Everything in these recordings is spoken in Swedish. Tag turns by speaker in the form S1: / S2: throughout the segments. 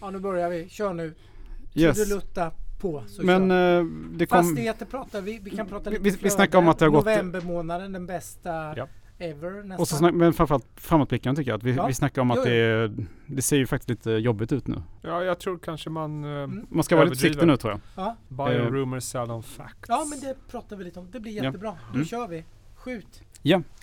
S1: Ja, nu börjar vi. Kör nu.
S2: Yes.
S1: Trudelutta på. Så
S2: Men
S1: kör.
S2: eh, det kom...
S1: Fastigheter pratar vi. Vi kan prata
S2: Vi-
S1: lite
S2: vi- vi
S1: flöde.
S2: snackade om att det har gått-
S1: Novembermånaden, den bästa
S3: Ja.
S1: ever nästan.
S2: Och så snack, men framförallt framåtblickande tycker jag. Att vi,
S1: Ja.
S2: vi snackar om
S1: Jo,
S2: att
S1: jo.
S2: det, det ser ju faktiskt lite jobbigt ut nu.
S3: Ja, jag tror kanske man... eh,
S1: Mm.
S2: Man ska vara lite
S3: Överdriver.
S2: försiktig nu tror jag.
S1: ja.
S3: Buy
S2: Eh.
S3: on rumors, sell on facts.
S1: ja, men det pratar vi lite om. Det blir
S2: Ja.
S1: jättebra. Nu
S2: Mm.
S1: kör vi. Skjut.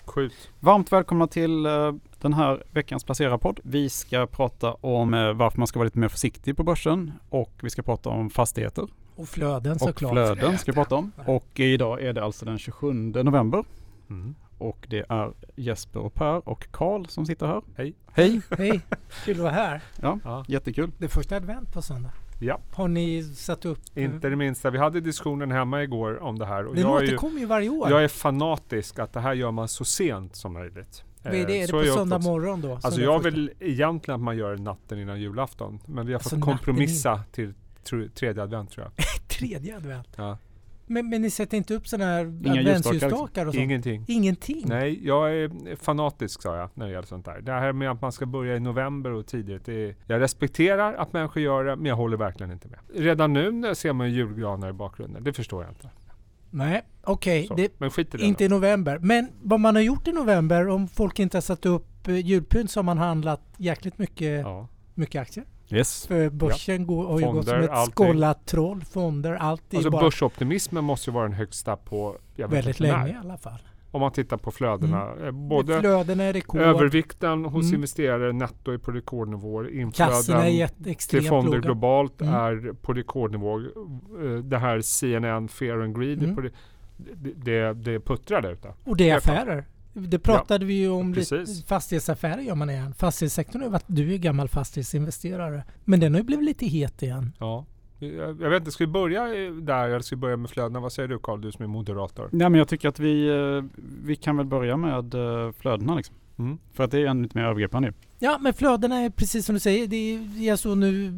S3: Skjut.
S2: Varmt välkomna till eh, den här veckans placerarpodd. Vi ska prata om eh, varför man ska vara lite mer försiktig på börsen och vi ska prata om fastigheter
S1: Och flöden
S2: och flöden ska vi prata om. Och idag är det alltså den 27 november
S3: Mm.
S2: och det är Jesper och Per och Karl som sitter här.
S3: Hej.
S2: Hej!
S1: Hej, kul att vara här.
S3: Ja.
S2: Jättekul.
S1: Det är första advent på söndag.
S3: Ja.
S1: Har ni satt upp?
S3: Inte det minsta. Vi hade diskussionen hemma igår om det här. Och
S1: Den
S3: jag, är ju,
S1: återkommer ju varje år.
S3: jag är fanatisk att det här gör man så sent som möjligt.
S1: Vad är
S3: Eh,
S1: det? Är det
S3: så har
S1: på
S3: jag
S1: söndag
S3: uppfattat-
S1: morgon då?
S3: Alltså
S1: Söndag
S3: jag
S1: första?
S3: vill egentligen att man gör det natten innan julafton. Men vi har fått
S1: Alltså, natten
S3: kompromissa till tr- tredje advent tror jag.
S1: Tredje advent.
S3: Ja.
S1: Men, men ni sätter inte upp sådana här
S2: Inga
S1: adventsljusstakar och sånt?
S3: Ingenting.
S1: Ingenting?
S3: Nej, jag är fanatisk sa jag när det gäller sånt där. Det här med att man ska börja i november och tidigt. Det är, jag respekterar att människor gör det, men jag håller verkligen inte med. Redan nu ser man ju julgranar i bakgrunden. Det förstår jag inte.
S1: Nej, okej.
S3: Så.
S1: Det
S3: men skit i det.
S1: är Inte i november. Men vad man har gjort i november, om folk inte har satt upp eh, julpynt så har man handlat jäkligt
S3: då.
S1: mycket,
S3: Ja.
S1: mycket aktier.
S2: Yes.
S1: För börsen går, har ju gått som
S3: Fonder,
S1: ett
S3: allting.
S1: skållat troll. Fonder, allt. är
S3: Alltså
S1: bara
S3: börsoptimismen måste ju vara den högsta på jag vet
S1: väldigt
S3: inte när.
S1: länge i alla fall.
S3: Om man tittar på flödena. eh, Både
S1: Flöden är rekord.
S3: övervikten hos
S1: Mm.
S3: investerare netto är på rekordnivåer.
S1: Kassorna är
S3: Inflöden
S1: jätte-
S3: till
S1: extremt
S3: fonder
S1: låga.
S3: globalt
S1: Mm.
S3: är på rekordnivå. Eh, Det här CNN, Fear and Greed,
S1: Mm.
S3: är på re- det, det, det puttrar där ute.
S1: Och det är
S3: Självklart.
S1: affärer. Det pratade vi ju om. Lite,
S3: Precis.
S1: fastighetsaffärer gör man igen. Fastighetssektorn har ju varit, du är ju gammal fastighetsinvesterare. Men den har ju blivit lite het igen.
S3: Ja. Jag jag vet inte, ska vi börja eh, där eller ska vi börja med flödena? Vad säger du Carl, du som är moderator?
S2: Nej men jag tycker att vi, eh, vi kan väl börja med eh, flödena liksom.
S3: Mm.
S2: För att det är ännu lite mer övergripande ju.
S1: Ja, men flödena är precis som du säger. Det är, jag såg nu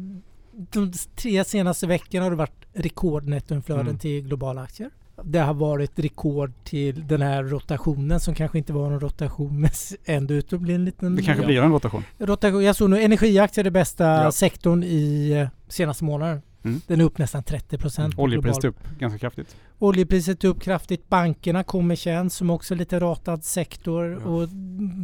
S1: de tre senaste veckorna har det varit rekordnettoinflöden
S3: Mm.
S1: till globala aktier. Det har varit rekord till den här rotationen som kanske inte var någon rotation men s- ändå ut blir en liten
S2: Det kanske
S3: Ja.
S2: blir en rotation.
S1: rotation. Jag såg nu energiaktier är den bästa
S3: Ja.
S1: sektorn i eh, senaste månaden.
S2: Mm.
S1: Den är upp nästan 30 procent.
S2: Oljepriset upp ganska kraftigt.
S1: Oljepriset är upp kraftigt. Bankerna kommer känns som också lite ratad sektor.
S3: Ja.
S1: Och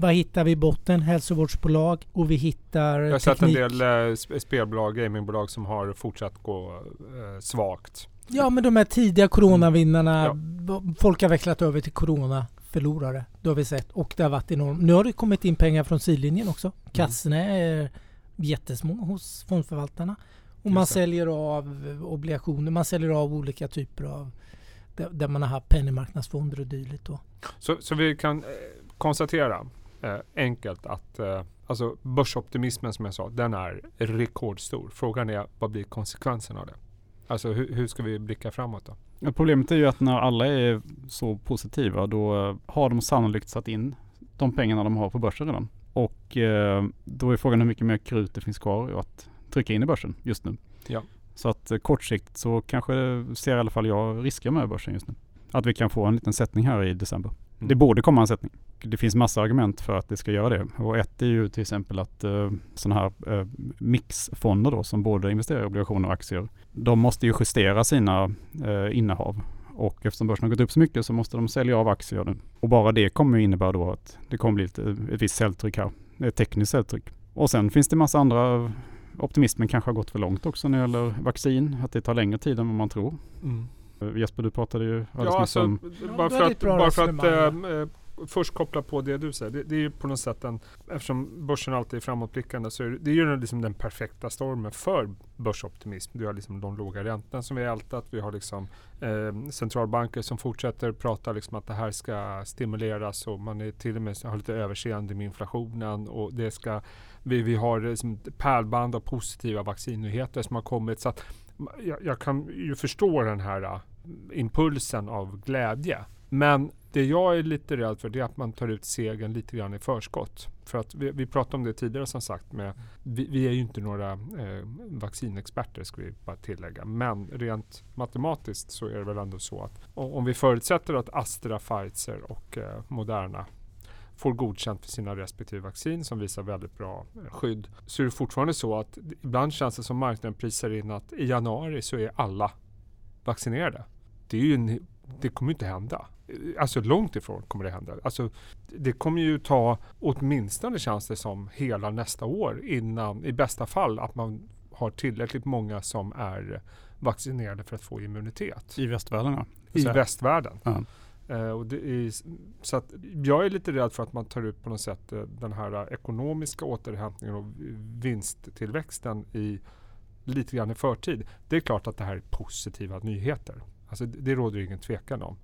S1: vad hittar vi i botten? Hälsovårdsbolag och vi hittar
S3: Jag har
S1: teknik.
S3: sett en del eh, sp- spelbolag, gamingbolag som har fortsatt gå eh, svagt.
S1: Ja men de här tidiga coronavinnarna.
S3: Mm. Ja.
S1: b- Folk har växlat över till coronaförlorare. Det har vi sett. Och det har varit enormt. Nu har det kommit in pengar från sidlinjen också.
S3: Mm.
S1: Kassorna är jättesmå hos fondförvaltarna. Och man
S3: Just det.
S1: säljer av obligationer. Man säljer av olika typer av där, där man har haft penningmarknadsfonder och dylikt. Då.
S3: Så, så vi kan eh, konstatera eh, enkelt att eh, alltså börsoptimismen som jag sa, den är rekordstor. Frågan är vad blir konsekvensen av det? Alltså hur, hur ska vi blicka framåt då?
S2: Ja, Problemet är ju att när alla är så positiva då eh, har de sannolikt satt in de pengarna de har på börsen redan. Och eh, då är frågan hur mycket mer krut det finns kvar att trycka in i börsen just nu.
S3: Ja.
S2: Så att eh, kortsiktigt så kanske det- ser i alla fall jag risker med börsen just nu. Att vi kan få en liten sättning här i december.
S3: Mm.
S2: Det borde komma en sättning. Det finns massa argument för att det ska göra det. Och ett är ju till exempel att eh, sådana här eh, mixfonder då som både investerar i obligationer och aktier. De måste ju justera sina eh, innehav. Och eftersom börsen har gått upp så mycket så måste de sälja av aktier nu. Och bara det kommer ju innebära då att det kommer bli ett, ett visst säljtryck här. Ett tekniskt säljtryck. Och sen finns det massa andra Optimismen kanske har gått för långt också när det gäller vaccin. Att det tar längre tid än vad man tror.
S3: Mm.
S2: Eh, Jesper, du pratade ju alldeles
S3: Ja,
S2: nyss
S3: alltså,
S2: om...
S1: Ja,
S3: bara
S1: det
S3: för
S1: är ett
S3: att,
S1: bra
S3: bara för att
S1: resonemang,
S3: eh, eh, först koppla på det du säger. Det, det är ju på något sätt en, eftersom börsen alltid är framåtblickande så är det, det är ju den- liksom den perfekta stormen för börsoptimism. Du har liksom de låga räntorna som vi har ältat. Vi har liksom eh, centralbanker som fortsätter prata liksom att det här ska stimuleras och man är till och med har lite överseende med inflationen och det ska vi, vi har liksom ett pärlband av positiva vaccinnyheter som har kommit. Så att jag, jag kan ju förstå den här eh, impulsen av glädje. Men det jag är lite rädd för det är att man tar ut segern lite grann i förskott. För att vi, vi pratade om det tidigare som sagt. Med, vi, vi är ju inte några eh, vaccinexperter ska vi bara tillägga. Men rent matematiskt så är det väl ändå så att o- om vi förutsätter att Astra, Pfizer och eh, Moderna får godkänt för sina respektive vaccin som visar väldigt bra eh, skydd. Så är det fortfarande så att d- ibland känns det som marknaden prisar in att i januari så är alla vaccinerade. Det, är ju en, det kommer ju inte hända. Eh, Alltså långt ifrån kommer det hända. Alltså, det kommer ju ta åtminstone känns det som hela nästa år innan i bästa fall att man har tillräckligt många som är eh, vaccinerade för att få immunitet
S2: I västvärlden ja.
S3: i
S2: Så här.
S3: västvärlden.
S2: Ja.
S3: Eh, och det är, så att jag är lite rädd för att man tar ut på något sätt eh, den här eh, ekonomiska återhämtningen och vinsttillväxten i lite grann i förtid. Det är klart att det här är positiva nyheter. Alltså det, det råder ingen tvekan om.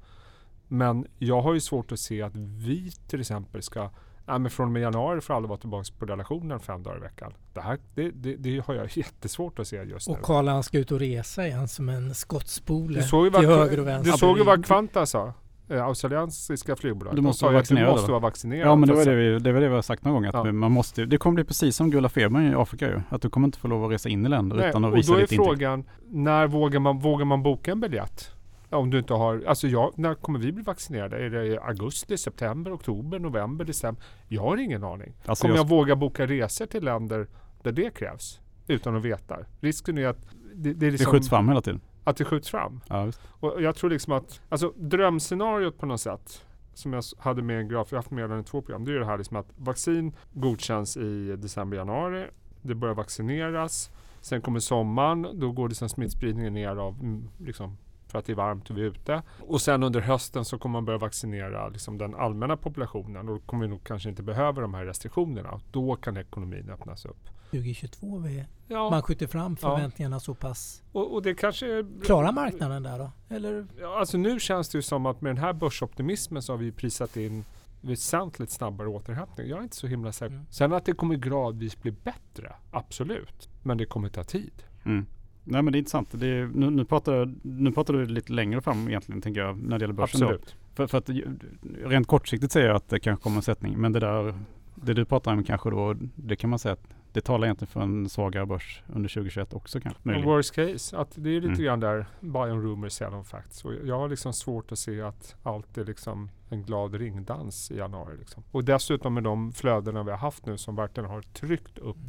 S3: Men jag har ju svårt att se att vi till exempel ska Ja, men från och med januari får alla vara tillbaka på relationen fem dagar i veckan. Det, här, det, det, det har jag jättesvårt att se just nu.
S1: Och Karl han ska ut och resa igen som en skottspole
S3: Du såg ju
S1: till
S3: vad,
S1: höger och vänster.
S3: du såg ju vad Qantas sa. eh, Australiensiska flygbolag.
S2: Du
S3: De
S2: måste
S3: sa
S2: vara
S3: ju att du
S2: vaccinerad, va?
S3: måste vara vaccinerad.
S2: Ja men det var
S3: Alltså,
S2: det vi, det var det vi har sagt någon gång. Att
S3: Ja.
S2: man måste, det kommer bli precis som gula febern i Afrika ju. Att du kommer inte få lov att resa in i länder
S3: nej,
S2: utan att
S3: och
S2: visa
S3: då är
S2: ditt intyg.
S3: frågan, när vågar man, vågar man boka en biljett? Ja, Om du inte har, alltså jag, när kommer vi bli vaccinerade? Är det i augusti, september, oktober, november, december? Jag har ingen aning.
S2: Alltså
S3: Kommer
S2: jag,
S3: jag våga boka resor till länder där det krävs? Utan att veta. Risken är att det, det, är
S2: det
S3: liksom,
S2: skjuts fram hela tiden.
S3: att det skjuts fram.
S2: Ja, visst.
S3: Och jag tror liksom att, alltså drömscenariot på något sätt, som jag s- hade med en graf, jag har haft med den i två program, det är ju det här liksom att vaccin godkänns i december, januari, det börjar vaccineras, sen kommer sommaren, då går liksom smittspridningen ner av, mm, liksom, för att det är varmt och vi är ute. Och sen under hösten så kommer man börja vaccinera liksom den allmänna populationen och då kommer vi nog kanske inte behöva de här restriktionerna. Och Då kan ekonomin öppnas upp.
S1: 2022 vi,
S3: Ja,
S1: man skjuter fram
S3: Ja.
S1: förväntningarna så pass.
S3: och, och det kanske är
S1: Klarar marknaden där då? Eller?
S3: Ja, alltså nu känns det ju som att med den här börsoptimismen så har vi ju prisat in väsentligt snabbare återhämtning. Jag är inte så himla säker.
S1: Mm.
S3: Sen att det kommer gradvis bli bättre, absolut. Men det kommer ta tid.
S2: Mm. Nej men det är intressant. Det är, nu, nu, pratar, nu pratar du lite längre fram egentligen tänker jag när det gäller börsen. Då.
S3: absolut.
S2: För, för att ju- rent kortsiktigt säger jag att det kanske kommer en sättning. Men det där, det du pratar om kanske då, det kan man säga att det talar egentligen för en svagare börs under 2021 också kanske.
S3: Och
S2: Möjligen.
S3: Worst case, att det är lite
S2: Mm.
S3: grann där buy on rumors, sell on facts. Och jag har liksom svårt att se att allt är liksom en glad ringdans i januari. Liksom. Och dessutom med de flödena vi har haft nu som verkligen har tryckt upp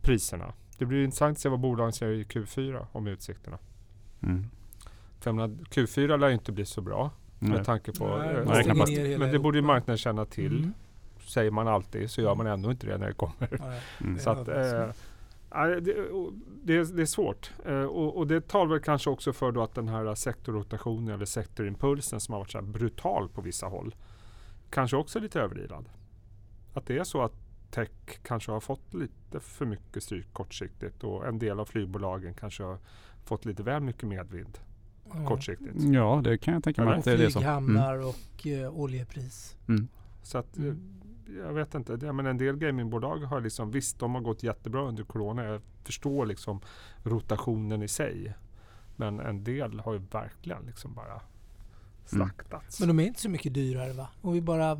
S3: priserna. Det blir intressant att se vad bolagen säger i Q4 om utsikterna.
S2: Mm.
S3: För jag menar, Q4 lär ju inte bli så bra
S2: Nej.
S3: med tanke på...
S1: Nej,
S3: eh,
S1: det
S2: Nej, stänger
S3: knappast.
S1: ner hela
S3: men det borde ju
S1: Europa.
S3: marknaden känna till,
S1: Mm.
S3: säger man alltid, så gör man ändå inte det när det kommer.
S1: Ja, ja.
S2: Mm.
S3: Så att, eh, nej, det, och det, är- det är svårt. Eh, och, och det talar väl kanske också för då att den här sektorrotationen eller sektorimpulsen som har varit så här brutal på vissa håll, kanske också är lite överilad. Att det är så att tech kanske har fått lite för mycket stryk kortsiktigt och en del av flygbolagen kanske har fått lite väl mycket medvind
S1: Ja.
S3: kortsiktigt.
S2: Ja, det kan jag tänka mig
S1: Och
S2: att det är det som. Mm.
S1: flyghamnar och eh, oljepris.
S3: Så att,
S1: Mm.
S3: eh, jag vet inte. Det- Men en del gamingbolag har liksom, visst de har gått jättebra under Corona. Jag förstår liksom rotationen i sig. Men en del har ju verkligen liksom bara slaktats.
S1: Men de är inte så mycket dyrare va? Om vi bara,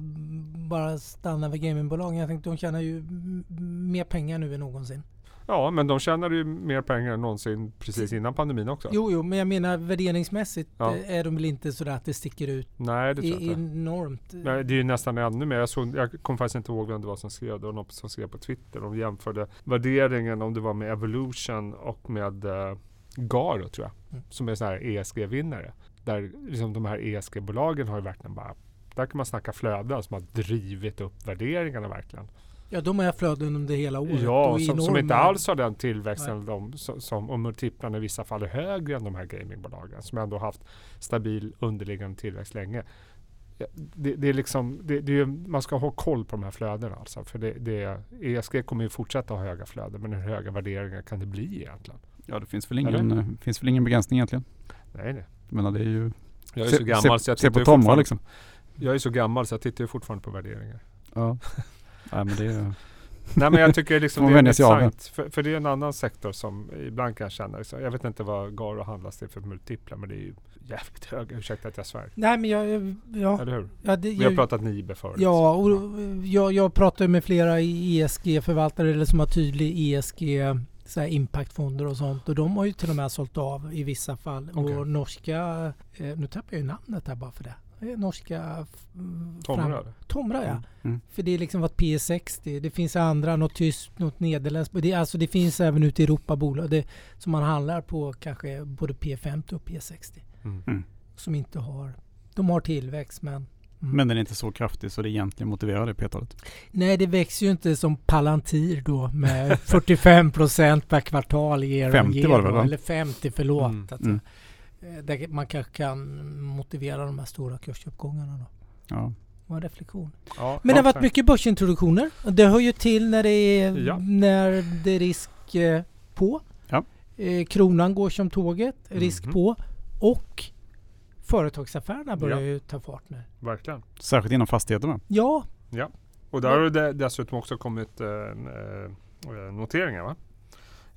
S1: bara stannar vid gamingbolagen. Jag tänkte de tjänar ju m- mer pengar nu än någonsin.
S3: ja, men de tjänade ju mer pengar än någonsin precis innan pandemin också.
S1: Jo, jo, men jag menar värderingsmässigt
S3: Ja.
S1: eh, är de väl inte sådär att det sticker ut
S3: Nej, det tror jag
S1: i,
S3: inte.
S1: enormt. eh,
S3: Nej, det är ju nästan ännu mer. Jag, såg, jag kommer faktiskt inte ihåg vem det var som skrev. Det var någon som skrev på Twitter. De jämförde värderingen om det var med Evolution och med eh, Garo tror jag.
S1: Mm.
S3: Som är sådana här ESG-vinnare. Där liksom de här ESG-bolagen har ju verkligen bara där kan man snacka flöden som har drivit upp värderingarna verkligen.
S1: Ja, de har jag flöden under hela året.
S3: Ja,
S1: och
S3: som, som
S1: enorma-
S3: inte alls har den tillväxten de, som, som, och multiplarna i vissa fall är högre än de här gamingbolagen som ändå haft stabil underliggande tillväxt länge. Ja, Det, det är liksom, det, det är, ju- man ska ha koll på de här flödena alltså. För det, det, ESG kommer ju fortsätta ha höga flöden men hur höga värderingar kan det bli egentligen?
S2: Ja, det finns väl, ingen, eh, finns väl ingen begränsning egentligen.
S3: Nej, nej.
S2: Jag menar, det är ju...
S3: Jag är
S2: se,
S3: så gammal
S2: se,
S3: så jag
S2: se
S3: tittar
S2: på
S3: ju
S2: Tomra
S3: fortfarande,
S2: liksom.
S3: jag är så gammal så jag tittar ju fortfarande på värderingar.
S2: Ja. Nej, men det är...
S3: Nej men jag tycker liksom
S2: Får
S3: det är
S2: vänja sig av
S3: intressant. För, för det är en annan sektor som ibland kan jag känna. Liksom, jag vet inte vad Garo handlas till för multiplar men det är ju jävligt höga. Ursäkta att jag svär.
S1: Nej, men jag... jag- Ja,
S3: Eller hur?
S1: ja, det,
S3: Vi har pratat liksom. Nibe förut.
S1: Ja, och eh, jag, jag pratar ju med flera i ESG-förvaltare eller som har tydlig ESG så här impactfonder och sånt och de har ju till och med sålt av i vissa fall.
S3: Okej.
S1: Och norska, eh, nu tappar jag ju namnet här bara för det. eh, norska f- fram-
S3: Tomra?
S1: Tomra ja.
S2: Mm.
S1: För det är liksom vad P60, det finns andra, något tyskt, något nederländskt. Det, är- alltså det finns även ute i Europa bolag det, som man handlar på kanske både P50 och P60.
S3: Mm.
S2: Mm.
S1: Som inte har, de har tillväxt men mm.
S2: Men den är inte så kraftig så det egentligen motiverar det p-talet.
S1: Nej det växer ju inte som Palantir då med 45 procent per kvartal i er
S2: 50 var det väl, va?
S1: Eller 50, förlåt.
S3: Mm,
S1: Att,
S2: mm.
S1: eh, Där man kanske kan motivera de här stora kursuppgångarna då.
S2: Ja.
S1: Vad en reflektion.
S3: Ja,
S1: Men
S3: ja,
S1: det har varit
S3: tack.
S1: mycket börsintroduktioner. Och Det hör ju till när det är,
S3: Ja.
S1: när det är risk eh, på.
S2: Ja.
S1: Eh, Kronan går som tåget, risk
S3: Mhm.
S1: på. Och företagsaffärerna börjar
S3: Ja.
S1: ju ta fart nu.
S3: Verkligen.
S2: Särskilt inom fastigheterna.
S1: Ja,
S3: Och där har det de- dessutom också kommit eh, eh, noteringar va?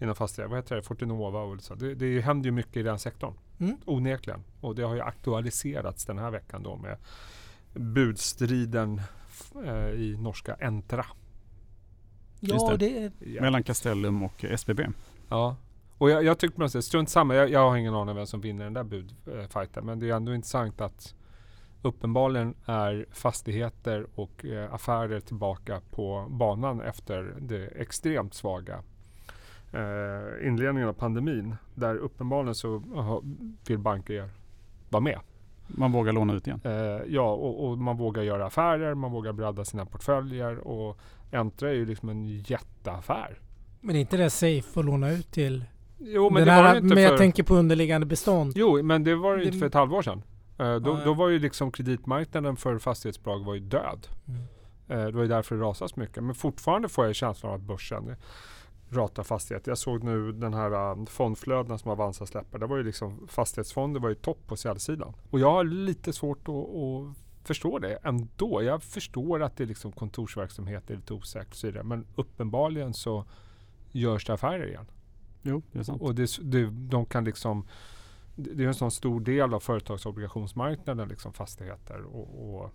S3: Inom fastigheter. Vad heter det? Fortinova och så. Det, det händer ju mycket i den sektorn.
S1: Mm.
S3: Onekligen. Och det har ju aktualiserats den här veckan då med budstriden f- eh, i norska Entra.
S2: Just
S1: ja
S2: det.
S1: det är
S2: Mellan Castellum och SBB.
S3: Ja. Och jag, jag tyckte man säger, strunt samma. Jag, jag har ingen aning om vem som vinner den där budfighten. Men det är ändå intressant att uppenbarligen är fastigheter och eh, affärer tillbaka på banan efter det extremt svaga eh, inledningen av pandemin. Där uppenbarligen så aha, vill banker vara med.
S2: Man vågar låna ut igen.
S3: Eh, ja, och, och man vågar göra affärer, man vågar bredda sina portföljer och Entra är ju liksom en jätteaffär.
S1: Men är inte det safe att låna ut till?
S3: Jo,
S1: men
S3: det var
S1: här,
S3: det inte
S1: men jag
S3: för-
S1: tänker på underliggande bestånd.
S3: Jo, men det var det ju inte
S1: Det-
S3: för ett halvår sedan. Eh, då,
S1: Nej.
S3: då var ju liksom kreditmarknaden för fastighetsbolag var ju död.
S1: Mm.
S3: Eh, det var ju därför det rasade så mycket. Men fortfarande får jag känslan av att börsen ratar fastigheter. Jag såg nu den här eh, fondflödena som Avanza släpper. Det var ju liksom fastighetsfonder var ju topp på säljsidan. Och jag har lite svårt att, att förstå det ändå. Jag förstår att det är liksom kontorsverksamhet är lite osäkert och så vidare. Men uppenbarligen så görs det affärer igen.
S2: Jo, det är sant.
S3: Och det, s- det, de kan liksom, det det är en sån stor del av företagsobligationsmarknaden, liksom fastigheter. Och, och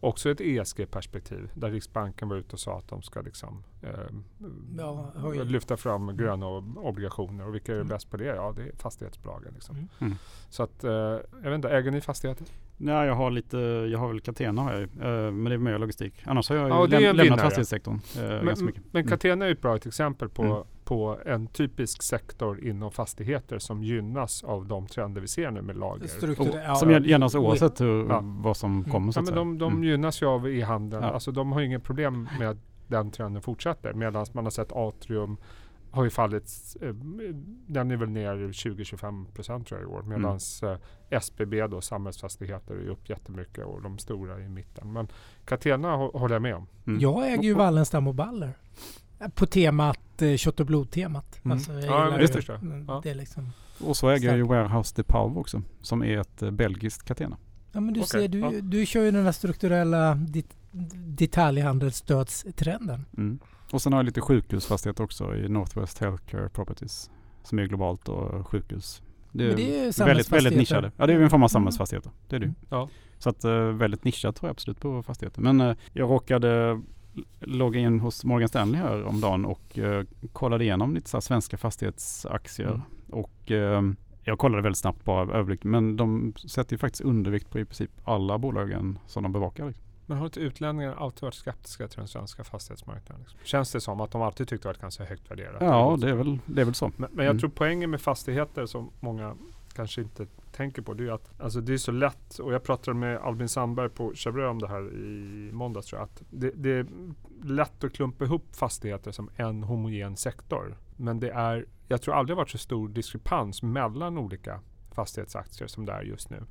S3: också ett ESG-perspektiv där Riksbanken var ute och sa att de ska liksom, eh,
S1: Ja, höja.
S3: lyfta fram gröna ob- obligationer. Och vilka är
S1: Mm.
S3: bäst på det? Ja, det är fastighetsbolagen. Liksom.
S1: Mm.
S2: Mm.
S3: Så att, eh, jag vet inte, äger ni fastigheter?
S2: Nej, jag har lite, jag har väl Catena har jag ju. Eh, Men det är mer logistik. Annars har jag ju
S3: Ja, det är
S2: läm-
S3: en
S2: lämnat
S3: vinnare.
S2: fastighetssektorn eh, ganska
S3: Men,
S2: mycket.
S3: men
S2: Mm.
S3: Catena är ju ett bra exempel på,
S2: Mm.
S3: på en typisk sektor inom fastigheter som gynnas av de trender vi ser nu med lager.
S2: Och,
S1: Struktur, ja,
S2: som
S1: ja.
S2: gäll- gynnas oavsett hur,
S3: Ja.
S2: vad som kommer så
S3: Ja,
S2: att
S3: men
S2: säga.
S3: de de
S2: Mm.
S3: gynnas ju av e-handeln.
S2: Ja.
S3: Alltså, de har ju inget problem med att den trenden fortsätter. Medan man har sett Atrium har ju fallit. eh, Den är väl ner 20-25 procent tror jag i år. Medan eh, SBB då, Samhällsfastigheter, är upp jättemycket och de stora är i mitten. Men Catena hå- håller jag med om.
S2: Mm.
S1: Jag äger ju Wallenstam och Baller. Eh, På temat eh, kött och blod-temat.
S3: Mm.
S1: Alltså, jag
S3: Ja,
S1: gillar
S3: men
S2: just
S1: ju-
S3: det.
S1: mm,
S3: Ja.
S1: det är liksom.
S2: Och så äger jag ju Warehouse de Pau också. Som är ett eh, belgiskt Catena.
S1: Ja men du
S3: Okej,
S1: ser, du,
S3: ja.
S1: du kör ju den här strukturella det- detaljhandelsstödstrenden.
S2: Mm. Och sen har jag lite sjukhusfastigheter också i Northwest Healthcare Properties. Som är globalt och sjukhus. Det är,
S1: Men det är ju
S2: väldigt, väldigt
S1: samhällsfastigheter.
S2: nischade. Ja det är ju en form av
S1: Mm.
S2: samhällsfastigheter. Det är det ju.
S1: Mm.
S3: Ja.
S2: Så att eh, väldigt nischat tror jag absolut på fastigheter. Men eh, jag råkade l- logga in hos Morgan Stanley här om dagen och eh, kollade igenom lite så här svenska fastighetsaktier.
S3: Mm.
S2: Och eh, jag kollade väldigt snabbt bara överblick. Men de sätter ju faktiskt undervikt på i princip alla bolagen som de bevakar. Liksom.
S3: Men har inte utlänningar alltid varit skeptiska till den svenska fastighetsmarknaden? Liksom? Känns det som att de alltid tyckte att det kanske är högt värderat?
S2: Ja det är, väl, det är väl så.
S3: Men, men jag
S2: Mm.
S3: tror poängen med fastigheter som många kanske inte tänker på, det är ju att alltså det är så lätt, och jag pratade med Albin Sandberg på Chevreux om det här i måndags tror jag, att det, det är lätt att klumpa ihop fastigheter som en homogen sektor. Men det är, jag tror aldrig det har varit så stor diskrepans mellan olika fastighetsaktier som det är just nu.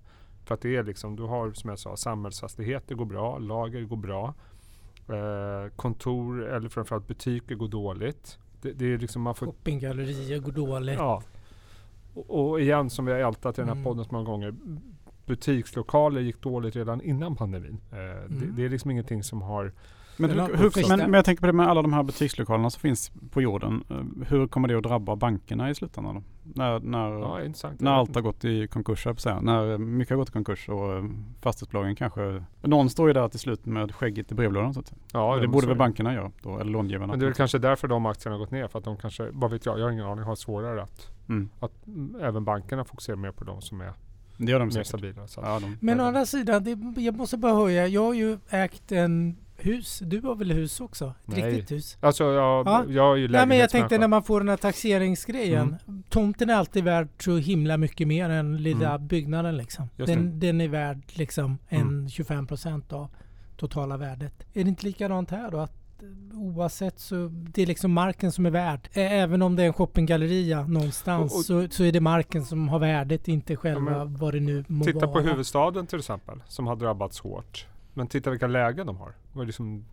S3: För att det är liksom, du har som jag sa, samhällsfastigheter går bra, lager går bra, eh, kontor eller framförallt butiker går dåligt. Det, det är liksom, man får
S1: Shoppinggallerier går dåligt.
S3: Ja. Och, och igen, som vi har ältat i den här
S1: Mm.
S3: podden så många gånger. Butikslokaler gick dåligt redan innan pandemin. Eh, det,
S1: Mm.
S3: det är liksom ingenting som har...
S2: Men,
S1: Eller
S2: hur,
S1: uppförsbacke.
S2: hur, men, men jag tänker på det med alla de här butikslokalerna som finns på jorden. Eh, Hur kommer det att drabba bankerna i slutändan? Då? När, när,
S3: Ja, intressant.
S2: när allt har gått i konkurs, höll jag på att säga. När eh, mycket har gått i konkurs och eh, fastighetsbolagen kanske... Någon står ju där till slut med skägget i brevlådan. Så att, säga.
S3: Ja,
S2: det
S3: men
S2: borde
S3: så
S2: väl
S3: är det.
S2: bankerna göra då, eller långivarna.
S3: Men det är väl kanske därför de aktierna har gått ner. För att de kanske, vad vet jag, jag har ingen aning, har svårare att...
S2: Mm.
S3: att mm, även bankerna fokuserar mer på de som är
S2: Det gör de
S3: mer
S2: säkert.
S3: stabila. Så. att-
S2: Ja, de,
S1: Men å
S2: ja,
S1: andra sidan, det, jag måste bara höja. Jag har ju ägt en hus. Du har väl hus också? Ett
S3: Nej.
S1: riktigt hus?
S3: Alltså jag,
S1: Ja.
S3: jag är ju
S1: Nej men jag tänkte
S3: lägenhetsmänniska.
S1: när man får den här taxeringsgrejen.
S3: Mm.
S1: Tomten är alltid värd så himla mycket mer än lilla byggnaden liksom.
S3: Mm. Just det.
S1: Den, den är värd liksom en
S3: Mm.
S1: 25% av totala värdet. Är det inte likadant här då? Att Oavsett så det är liksom marken som är värd. Ä- Även om det är en shoppinggalleria någonstans
S3: Och- och-
S1: så, så är det marken som har värdet, inte själva
S3: men
S1: vad det nu må
S3: Titta
S1: vara.
S3: på huvudstaden till exempel, som har drabbats hårt. Men titta vilka lägen de har. Det är liksom,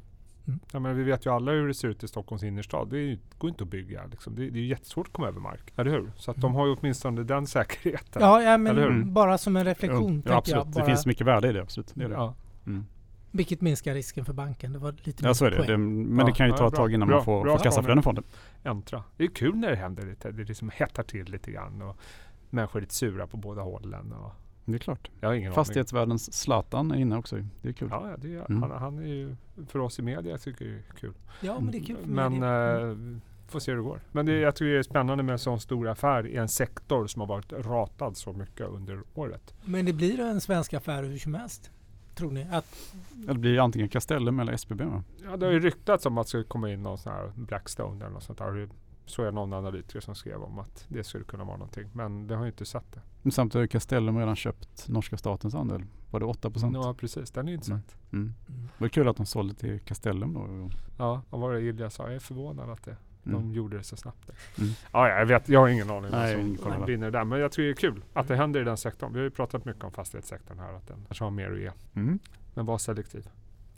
S1: Mm.
S3: jag menar, vi vet ju alla hur det ser ut i Stockholms innerstad. Det är ju- går inte att bygga. Liksom. Det, det är ju jättesvårt att komma över mark, eller hur? Så att de
S1: Mm.
S3: har ju åtminstone den säkerheten.
S1: Ja, ja
S3: Eller hur?
S1: men bara som en reflektion.
S2: ja,
S1: tänker
S2: absolut.
S1: jag, bara,
S2: Det finns mycket värde i det. Absolut. Det är det.
S3: Ja.
S2: Mm.
S1: Vilket minskar risken för banken. Det var lite
S2: Ja,
S1: min
S2: så är det.
S1: poäng.
S2: det men det
S3: Ja,
S2: kan ju
S3: ja,
S2: ta ett
S3: bra.
S2: tag innan
S3: Bra,
S2: man får,
S3: bra
S2: får kassaflöden från det.
S3: Äntra. Det är kul när det händer lite. Det liksom hettar till lite grann och människor är lite sura på båda hållen. Och
S2: Det är klart.
S3: jag har ingen aning.
S2: Fastighetsvärldens Zlatan är inne också. ju. Det är kul.
S3: Ja, ja, det är,
S2: Mm.
S3: han, han är ju för oss i media tycker jag är kul.
S1: Ja, men det är kul för
S3: Men
S1: mig. Mm.
S3: eh, får se hur det går. Men det, jag tycker det är spännande med en sån stor affär i en sektor som har varit ratad så mycket under året.
S1: Men det blir en svensk affär hur som helst. Tror ni? Att,
S2: Det blir antingen Castellum eller SBB. Va?
S3: Ja, det har ju ryktats om att det skulle komma in någon sån här Blackstone eller något sånt där. Det såg jag någon analytiker som skrev om att det skulle kunna vara någonting. Men det har jag inte sett det.
S2: Men Samtidigt har ju Castellum redan köpt norska statens andel. Var det 8 procent?
S3: Ja, precis. Den är ju intressant.
S2: Mm. Var det kul att de sålde till Castellum då?
S3: Ja, och vad det Ilja sa. Jag är förvånad att det,
S2: Mm.
S3: de gjorde det så snabbt.
S2: Mm.
S3: Ja, jag vet. Jag har ingen aning alltså,
S2: Nej, jag har
S3: om
S2: ingen koll Mm.
S3: som
S2: heller.
S3: vinner där. Men jag tycker det är kul att det händer i den sektorn. Vi har ju pratat mycket om fastighetssektorn här. Att den kanske har mer att ge.
S2: Mm.
S3: Men var selektiv.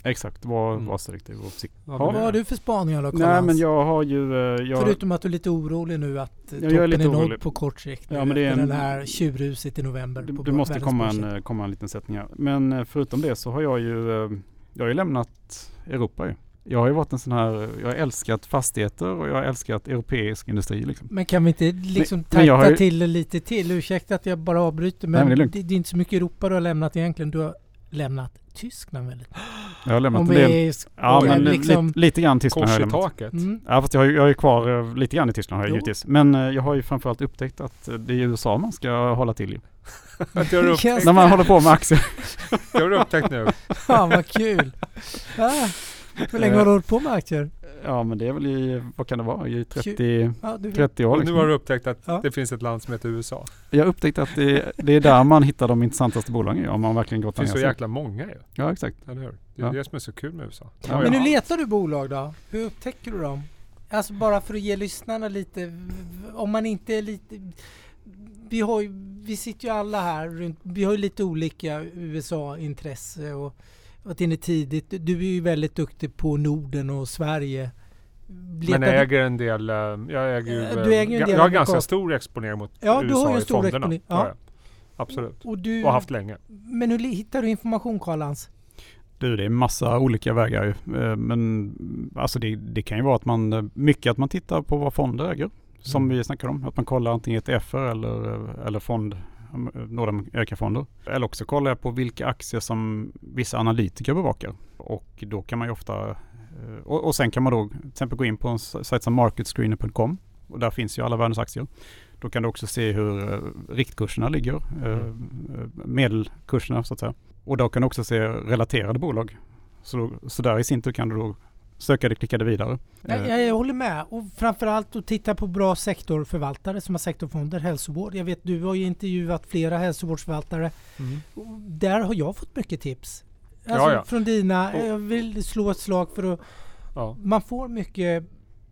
S2: Exakt, var,
S3: Mm.
S2: var selektiv och försiktig.
S3: Vad
S2: Ja,
S1: vad
S3: vill
S1: har du för spaningar då
S2: Nej
S1: Karl-Hans?
S2: men jag har ju... eh, Jag,
S1: Förutom att du är lite orolig nu att eh,
S2: jag är
S1: toppen är,
S2: lite
S1: nådd
S2: orolig.
S1: på kort sikt.
S2: Ja,
S1: nu
S2: men det är
S1: efter
S2: en-
S1: den här tjurhuset i november.
S2: det,
S1: på
S2: det måste
S1: världens
S2: komma en,
S1: börser.
S2: eh, komma en liten sättning här. Men eh, förutom det så har jag ju... eh, Jag har ju lämnat Europa ju. Jag har ju varit en sån här... Jag har älskat fastigheter och jag har älskat europeisk industri liksom.
S1: Men kan vi inte liksom
S2: men jag har
S1: tajta
S2: ju-
S1: till det lite till? Ursäkta att jag bara avbryter men,
S2: men det är lugnt.
S1: det, det är inte så mycket Europa du har lämnat egentligen. Du har lämnat Tyskland väldigt mycket.
S2: Jag har lämnat
S1: Om
S2: en del...
S1: vi
S2: Ja,
S1: ska
S2: men eh, li-
S1: liksom...
S2: lite, lite grann Tyskland har
S3: Kors
S2: jag
S3: i
S2: lämnat.
S3: taket.
S1: Mm.
S2: Ja fast jag har ju- jag är ju kvar eh, lite grann i Tyskland har jag
S1: Jo.
S2: givetvis. Men eh, jag har ju framförallt upptäckt att eh, det är i USA man ska hålla till ju.
S1: Mm.
S3: Det har du
S1: Yes.
S3: upptäckt,
S2: När man håller på med aktier.
S3: det har du upptäckt nu.
S1: Fan vad kul! Ah, hur länge har du hållit på med aktier?
S2: Ja men det är väl i, vad kan det vara, i 30,
S1: Tju- Ja, du,
S2: 30 år
S3: Och nu
S2: liksom.
S3: har du upptäckt att
S1: Ja.
S3: det finns ett land som heter USA.
S2: Jag upptäckte att det, det är där man hittar de intressantaste bolagen ju, om man verkligen
S3: Det
S2: grottar ner
S3: finns så
S2: sig.
S3: jäkla många ju,
S2: Ja exakt.
S3: eller hur? Det är
S2: Ja.
S3: det som är så kul med USA.
S2: Ja,
S1: men
S2: ja.
S1: nu letar du bolag då? Hur upptäcker du dem? Alltså bara för att ge lyssnarna lite, om man inte är lite... Vi, har ju, vi sitter ju alla här runt, vi har ju lite olika USA-intresse och varit inne tidigt. Du är ju väldigt duktig på Norden och Sverige. Letar
S3: Men jag äger en del, eh, jag äger ju,
S1: Eh,
S3: eh,
S1: du äger ju en
S3: ga-
S1: del
S3: jag har
S1: amerikanska-
S3: ganska stor exponering mot
S1: Ja, du
S3: USA
S1: har ju en
S3: i
S1: stor
S3: fonderna.
S1: exponering. Ja. Mm.
S3: Ja. Ja, absolut.
S1: du, och du,
S3: Och haft länge.
S1: Men hur li- hittar du information Karl-Hans?
S2: Du det är massa olika vägar ju. Eh, Men alltså det, det kan ju vara att man, eh, mycket att man tittar på vad fonder äger. Som
S3: Mm.
S2: vi snackar om, att man kollar antingen ETFer eller, eh, eller fond, eh, Nordamerikafonder. Eller också kollar jag på vilka aktier som vissa analytiker bevakar. Och då kan man ju ofta, eh, och, och sen kan man då till exempel gå in på en s- sajt som marketscreener.com och där finns ju alla världens aktier. Då kan du också se hur eh, riktkurserna ligger, eh,
S3: Mm.
S2: eh, medelkurserna så att säga. Och då kan du också se relaterade bolag. Så, då- så där i sin tur kan du då söka det klickade vidare.
S1: Jag,
S2: Eh,
S1: jag, jag håller med. Och framförallt att titta på bra sektorförvaltare som har sektorfonder, hälsovård. Jag vet du har ju intervjuat flera hälsovårdsförvaltare. Och där har jag fått mycket tips. Alltså
S3: Ja, ja.
S1: från dina.
S3: Och-
S1: Jag vill slå ett slag för att
S3: Ja.
S1: man får mycket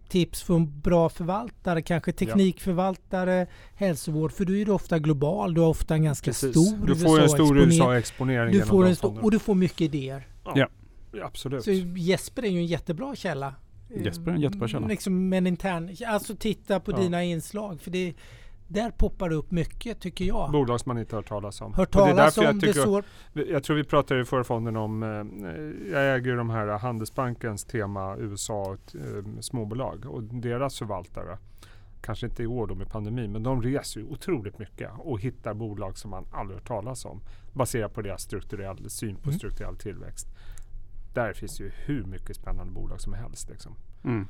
S1: tips från bra förvaltare, kanske teknikförvaltare, hälsovård. För du är ju ofta global, du har ofta en ganska stor
S3: du får ju en stor
S1: USA-exponering. Du
S3: USA-exponering genom
S1: får
S3: de
S1: en stor,
S3: fonderna.
S1: och du får mycket idéer.
S3: Ja, absolut.
S1: Så Jesper är ju en jättebra källa. Eh,
S2: Jesper är en jättebra källa.
S1: Liksom en intern, alltså titta på
S3: Ja.
S1: dina inslag. För det, där poppar det upp mycket tycker jag.
S3: Bolag som man inte har hört talas om.
S1: Hört
S3: Och det är
S1: talas
S3: därför jag
S1: om det
S3: tycker-
S1: så.
S3: Vi- Jag tror vi pratade i förra fonden om, eh, jag äger ju de här Handelsbankens tema USA och eh, småbolag och deras förvaltare. Kanske inte i år då med pandemin, men de reser ju otroligt mycket och hittar bolag som man aldrig hört talas om baserat på deras strukturell syn på
S1: Mm.
S3: strukturell tillväxt. Där finns ju hur mycket spännande bolag som helst. Liksom.
S2: Mm.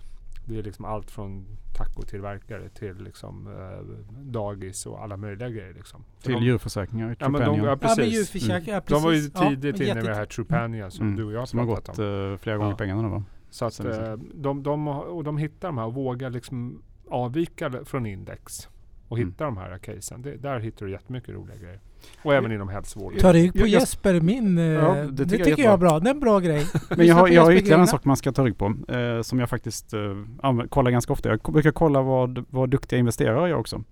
S3: Det är liksom allt från tacotillverkare till liksom, eh, dagis och alla möjliga grejer. Liksom. För
S2: Till
S3: de-
S2: djurförsäkringar,
S3: Ja, men de,
S2: Trupanion,
S3: ja,
S1: Ja, men
S3: precis.
S1: djurförsäkring, ja, precis.
S3: De var ju
S1: Ja,
S3: tidigt inne med det här Trupanion som
S2: Mm.
S3: du och jag
S2: som har
S3: pratat
S2: gått
S3: om.
S2: eh, flera gånger
S3: Ja.
S2: pengarna nu va?
S3: Så att,
S2: sen liksom.
S3: eh, de, de, har- och de hittar de här och vågar liksom avvika från index och
S2: Mm.
S3: hitta de här casen. Det, där hittar du jättemycket roliga grejer. Och även inom hälsovården.
S1: Ta rygg på
S2: Jag- jag-
S1: Jesper, min... eh,
S2: Ja, det
S1: det
S2: tycker
S1: tycker,
S2: jag är
S1: jag är bra. Det är en bra grej.
S2: Men jag
S1: Lyssna
S2: har,
S1: på
S2: jag har
S1: Jesper
S2: ytterligare
S1: Grena.
S2: en sak man ska ta rygg på, eh, som jag faktiskt eh, använder, kollar ganska ofta. Jag k- brukar kolla vad, vad duktiga investerare gör också.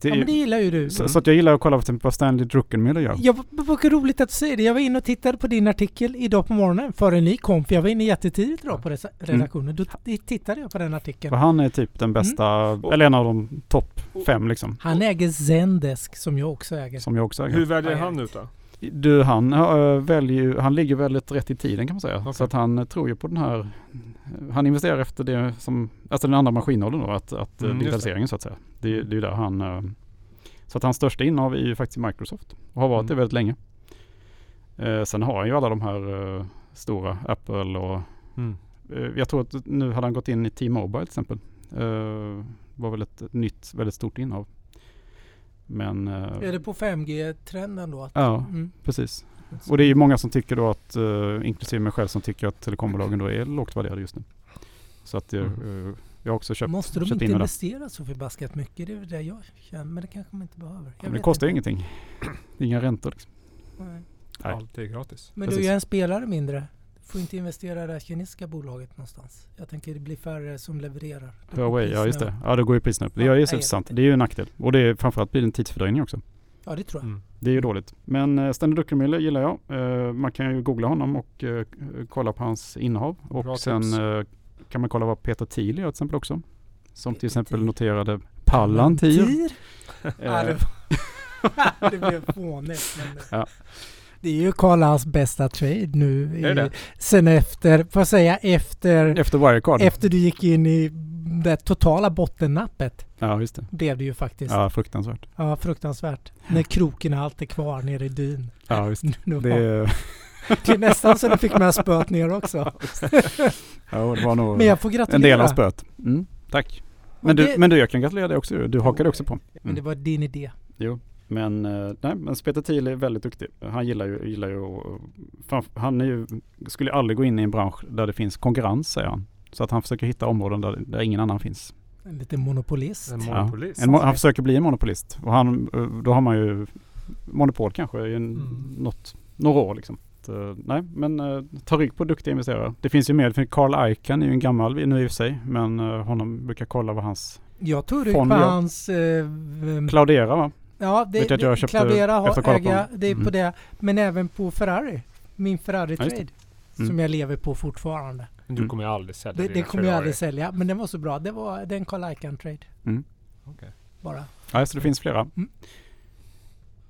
S2: Det,
S1: Ja, men det gillar ju du.
S2: så, så att jag gillar att kolla till exempel vad Stanley Druckenmüller gör.
S1: Jag, vad roligt att du säger det. Jag var inne och tittade på din artikel idag på morgonen före ni kom. För jag var inne jättetidigt idag på resa- redaktionen. Då t- tittade jag på den
S2: För
S1: artikeln.
S2: Mm. han är typ den bästa,
S1: Mm.
S2: eller en av de topp fem liksom.
S1: Han äger Zendesk som jag också äger.
S2: Som jag också äger.
S3: Hur väljer
S1: Ja, jag
S3: han
S1: vet.
S3: ut då?
S2: Du, han, eh, väljer, ju- han ligger väldigt rätt i tiden kan man säga.
S3: Okej.
S2: Så att han eh, tror ju på den här, han investerar efter det som, alltså den andra maskinåldern då, att, att eh,
S3: Mm, just det.
S2: digitaliseringen så att säga. Det, är- det är ju där han, eh, så att hans största innehav är ju faktiskt Microsoft och har varit
S3: Mm.
S2: det väldigt länge. Eh, sen har han ju alla de här eh, stora, Apple och,
S3: Mm.
S2: eh, jag tror att nu hade han gått in i T-Mobile till exempel. Eh, var väl ett nytt, väldigt stort innehav. Men, eh,
S1: Är det på 5G-trenden då? Att,
S2: ja.
S1: mm.
S2: Precis. Och det är ju många som tycker då att, eh, inklusive mig själv, som tycker att telekombolagen då är lågt värderade just nu. Så att jag,
S3: Mm.
S2: eh, jag har också köpt,
S1: Måste de
S2: köpt
S1: inte
S2: in mig där.
S1: investera så förbaskat mycket? Det är väl det jag känner. Men det kanske man inte behöver. Jag
S2: Men det
S1: vet
S2: kostar ju
S1: inte.
S2: ingenting. Inga räntor. Liksom.
S1: Nej.
S2: Nej.
S3: Allt är gratis.
S1: Men
S2: Precis.
S1: du är en spelare mindre. Du får inte investera i det här kinesiska bolaget någonstans. Jag tänker det blir färre som levererar. Då går
S2: Huawei, ja
S1: priserna
S2: just
S1: upp.
S2: det. Ja, då går ju priserna upp. Det
S1: Ja,
S2: är ju
S1: nej,
S2: så
S1: jag vet
S2: sant.
S1: inte.
S2: Det är ju en nackdel. Och det är framförallt blir det en tidsfördröjning också.
S1: Ja det tror jag.
S3: Mm.
S2: Det är ju dåligt. Men eh, Stanley Druckenmiller gillar jag. Eh, man kan ju googla honom och eh, kolla på hans innehav. Och
S3: Bra
S2: sen
S3: tips.
S2: eh, kan man kolla vad Peter Thiel gör till exempel också. Som
S1: Peter
S2: till exempel
S1: Thiel.
S2: noterade Palantir.
S1: Ja,
S2: Eh,
S1: det, det blev fånigt. Men
S2: Ja.
S1: Det är ju Karl Hans bästa trade nu.
S3: Är det
S1: i- Sen efter, får jag säga efter,
S2: efter Wirecard.
S1: efter du gick in i det totala bottennappet.
S2: Ja, just det.
S1: Blev det ju faktiskt. Ja,
S2: Ja, fruktansvärt.
S1: fruktansvärt. När kroken och allt är kvar nere i dyn.
S2: Ja, visst.
S1: Nu-
S2: Det,
S1: det är nästan så du fick med spöet ner också.
S2: ja, det var nog
S1: Men jag får gratulera.
S2: en del av spöet. Mm, tack. Men du,
S1: det-
S2: men du, jag kan gratulera dig också. ju. Du hakade också på.
S1: Men det var din idé.
S2: Men eh, nej, men Peter Thiel är väldigt duktig. Han gillar ju, gillar ju att- framf- han är ju, skulle aldrig gå in i en bransch där det finns konkurrens, säger han. Så att han försöker hitta områden där, där ingen annan finns.
S1: En liten monopolist.
S3: En
S2: Ja.
S3: monopolist.
S2: En, mo- han försöker bli en monopolist. Och han, eh, då har man ju monopol kanske i en,
S3: Mm.
S2: något, några år liksom. Att, eh, nej, men eh, ta rygg på duktiga investerare. Det finns ju mer. Det finns Carl Icahn är ju en gammal vi- nu i och för sig. Men eh, honom brukar kolla vad hans...
S1: Jag tog rygg på
S2: Fond, ja.
S1: hans... Eh, v-
S2: Cloudera va?
S1: Ja, det,
S2: Vet jag att jag köpte
S1: Clavera
S2: efter att ha
S1: har
S2: kollat på
S1: äga,
S2: dem.
S1: det är på
S2: Mm.
S1: det. Men även på Ferrari. Min
S2: Ja, just
S1: Ferrari-trade.
S2: det. Mm.
S1: Som jag lever på fortfarande.
S3: Men du kommer ju aldrig sälja
S1: Det, det
S3: dina
S1: kommer jag aldrig
S3: Ferrari.
S1: sälja. Men den var så bra. Det var den Carl Icahn-trade.
S2: Mm.
S3: Okej.
S1: Bara.
S2: Ja, så det finns flera.
S1: Mm.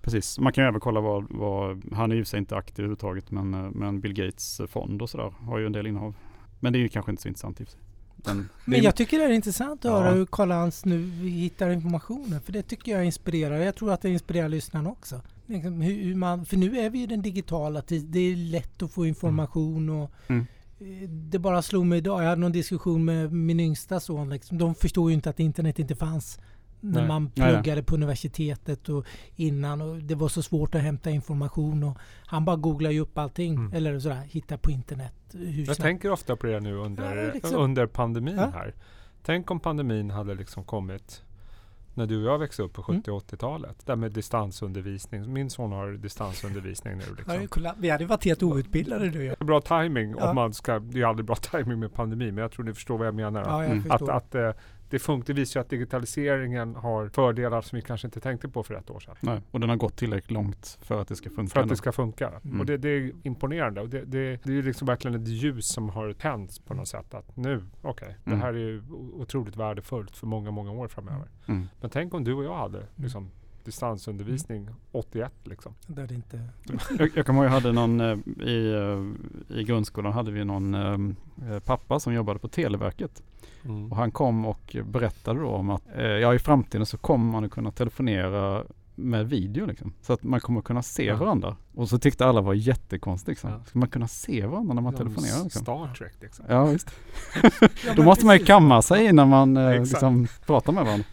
S2: Precis, man kan ju även kolla vad, vad han är ju i och för sig inte aktiv överhuvudtaget men, eh, men Bill Gates eh, fond och sådär har ju en del innehav. Men det är ju kanske inte så intressant i och för sig. Den, det är
S1: Men jag tycker det är intressant att
S2: Ja.
S1: höra hur Carl Hans nu hittar informationen. För det tycker jag inspirerar. Jag tror att det inspirerar lyssnarna också. Liksom hur, hur man, för nu är vi ju i den digitala tiden. Det är lätt att få information. Och,
S2: Mm.
S1: eh, Det bara slog mig idag. Jag hade någon diskussion med min yngsta son. Liksom. De förstod ju inte att internet inte fanns. När
S3: Nej.
S1: man
S2: nej.
S1: pluggade på universitetet och innan. Och det var så svårt att hämta information. Och han bara googlade ju upp allting.
S3: Mm.
S1: Eller sådär, hitta på internet. eh, Hur
S3: Jag
S1: snabbt-
S3: tänker ofta på det nu under,
S1: Ja, liksom.
S3: under pandemin
S1: Ja.
S3: här. Tänk om pandemin hade liksom kommit när du och jag växte upp på
S1: Mm.
S3: 70 och 80-talet. Där med distansundervisning. Min son har distansundervisning nu.
S1: Ja, det är
S3: Liksom.
S1: kolla- Vi hade varit helt outbildade du och jag.
S3: Bra timing
S1: Ja.
S3: om man ska, det är aldrig bra timing med pandemi men jag tror ni förstår vad jag menar.
S1: Ja, jag
S2: Mm.
S1: förstår.
S3: att, att eh, det funkar, det visar ju att digitaliseringen har fördelar som vi kanske inte tänkte på för ett år sedan.
S2: nej, och den har gått tillräckligt långt för att det ska funka.
S3: För att
S2: ändå.
S3: det ska funka.
S2: Mm.
S3: Och det, det är imponerande. Och det, det, det är ju liksom verkligen ett ljus som har tänts på något sätt. Att nu, okej,
S2: Mm.
S3: det här är ju o- otroligt värdefullt för många, många år framöver.
S2: Mm.
S3: Men tänk om du och jag hade liksom, distansundervisning
S2: Mm.
S3: 81 liksom.
S1: Det är det inte.
S2: Jag, jag kommer ihåg jag hade någon eh, i, eh, i grundskolan hade vi någon eh, pappa som jobbade på Televerket. Mm. Och han kom och berättade då om att eh, ja, i framtiden så kommer man att kunna telefonera med video liksom. Så att man kommer kunna se
S3: Ja.
S2: varandra. Och så tyckte alla var jättekonstigt liksom.
S3: Ja.
S2: Ska man kunna se varandra när man
S3: Som
S2: telefonerar liksom?
S3: Star Trek liksom.
S2: Ja visst.
S1: Ja,
S2: Då
S1: men
S2: måste man ju
S1: precis.
S2: kamma sig innan man eh,
S3: Exakt.
S2: liksom pratar med varandra.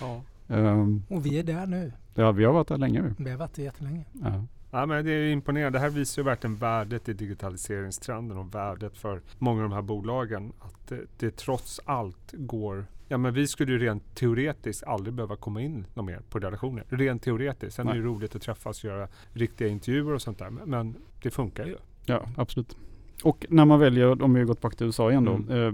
S3: Ja.
S2: Ehm,
S1: Och vi är där nu.
S2: ja, vi Ehm, har varit där länge nu.
S1: Vi har varit där jättelänge.
S2: Ja.
S3: Ja, men det är imponerande. Det här visar ju verkligen värdet i digitaliseringstrenden och värdet för många av de här bolagen. Att det, det trots allt går... Ja, men vi skulle ju rent teoretiskt aldrig behöva komma in någon mer på relationer. Rent teoretiskt. Sen är det ju roligt att träffas och göra riktiga intervjuer och sånt där. Men, men det funkar ju.
S2: Ja, absolut. Och när man väljer, om vi går tillbaka till USA igen då.
S3: Mm.
S2: Eh,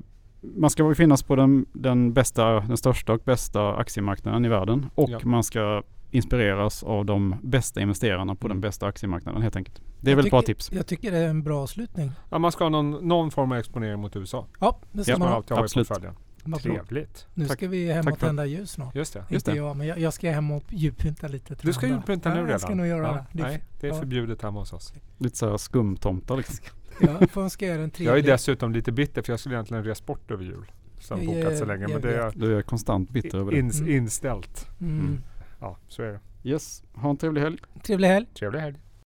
S2: man ska ju finnas på den, den bästa, den största och bästa aktiemarknaden i världen. Och
S3: Ja.
S2: man ska inspireras av de bästa investerarna
S3: Mm.
S2: på den bästa aktiemarknaden helt enkelt. Det är
S1: Jag
S2: väl ett bra
S1: tycker-
S2: tips.
S1: Jag tycker det är en bra avslutning.
S3: Ja, man ska ha någon, någon form av exponering mot USA.
S1: Ja, det ska
S2: Ja,
S1: man ha.
S3: alltid ha i
S2: absolut.
S3: portföljen.
S1: Vad bra.
S3: Trevligt.
S1: Nu
S3: Tack.
S1: ska vi hem
S2: Tack
S1: och
S2: för-
S1: tända ljus snart.
S3: Just det.
S2: Just
S1: Inte
S2: det.
S1: jag, men jag, jag ska hem och djupynta lite. till
S3: Du ska
S1: den
S3: ju
S1: där.
S3: pynta nu
S1: ja,
S3: redan.
S1: Jag ska nog göra
S3: Ja,
S1: det. det.
S3: Nej, det är
S1: ja.
S3: förbjudet hemma hos oss.
S2: Lite så här skumtomtar liksom.
S1: Jag får önska er en
S3: Jag är
S1: trevlig...
S3: dessutom lite bitter för jag skulle egentligen resa bort över jul. Sen
S1: Jag-
S3: bokat så
S1: jag-
S3: länge.
S1: jag
S3: Men det är
S2: Du är konstant bitter över det.
S3: ins-
S1: Mm.
S3: inställt.
S1: mm.
S2: Mm.
S3: Ja, så är det.
S2: Yes, ha en trevlig helg.
S1: Trevlig helg.
S3: Trevlig helg.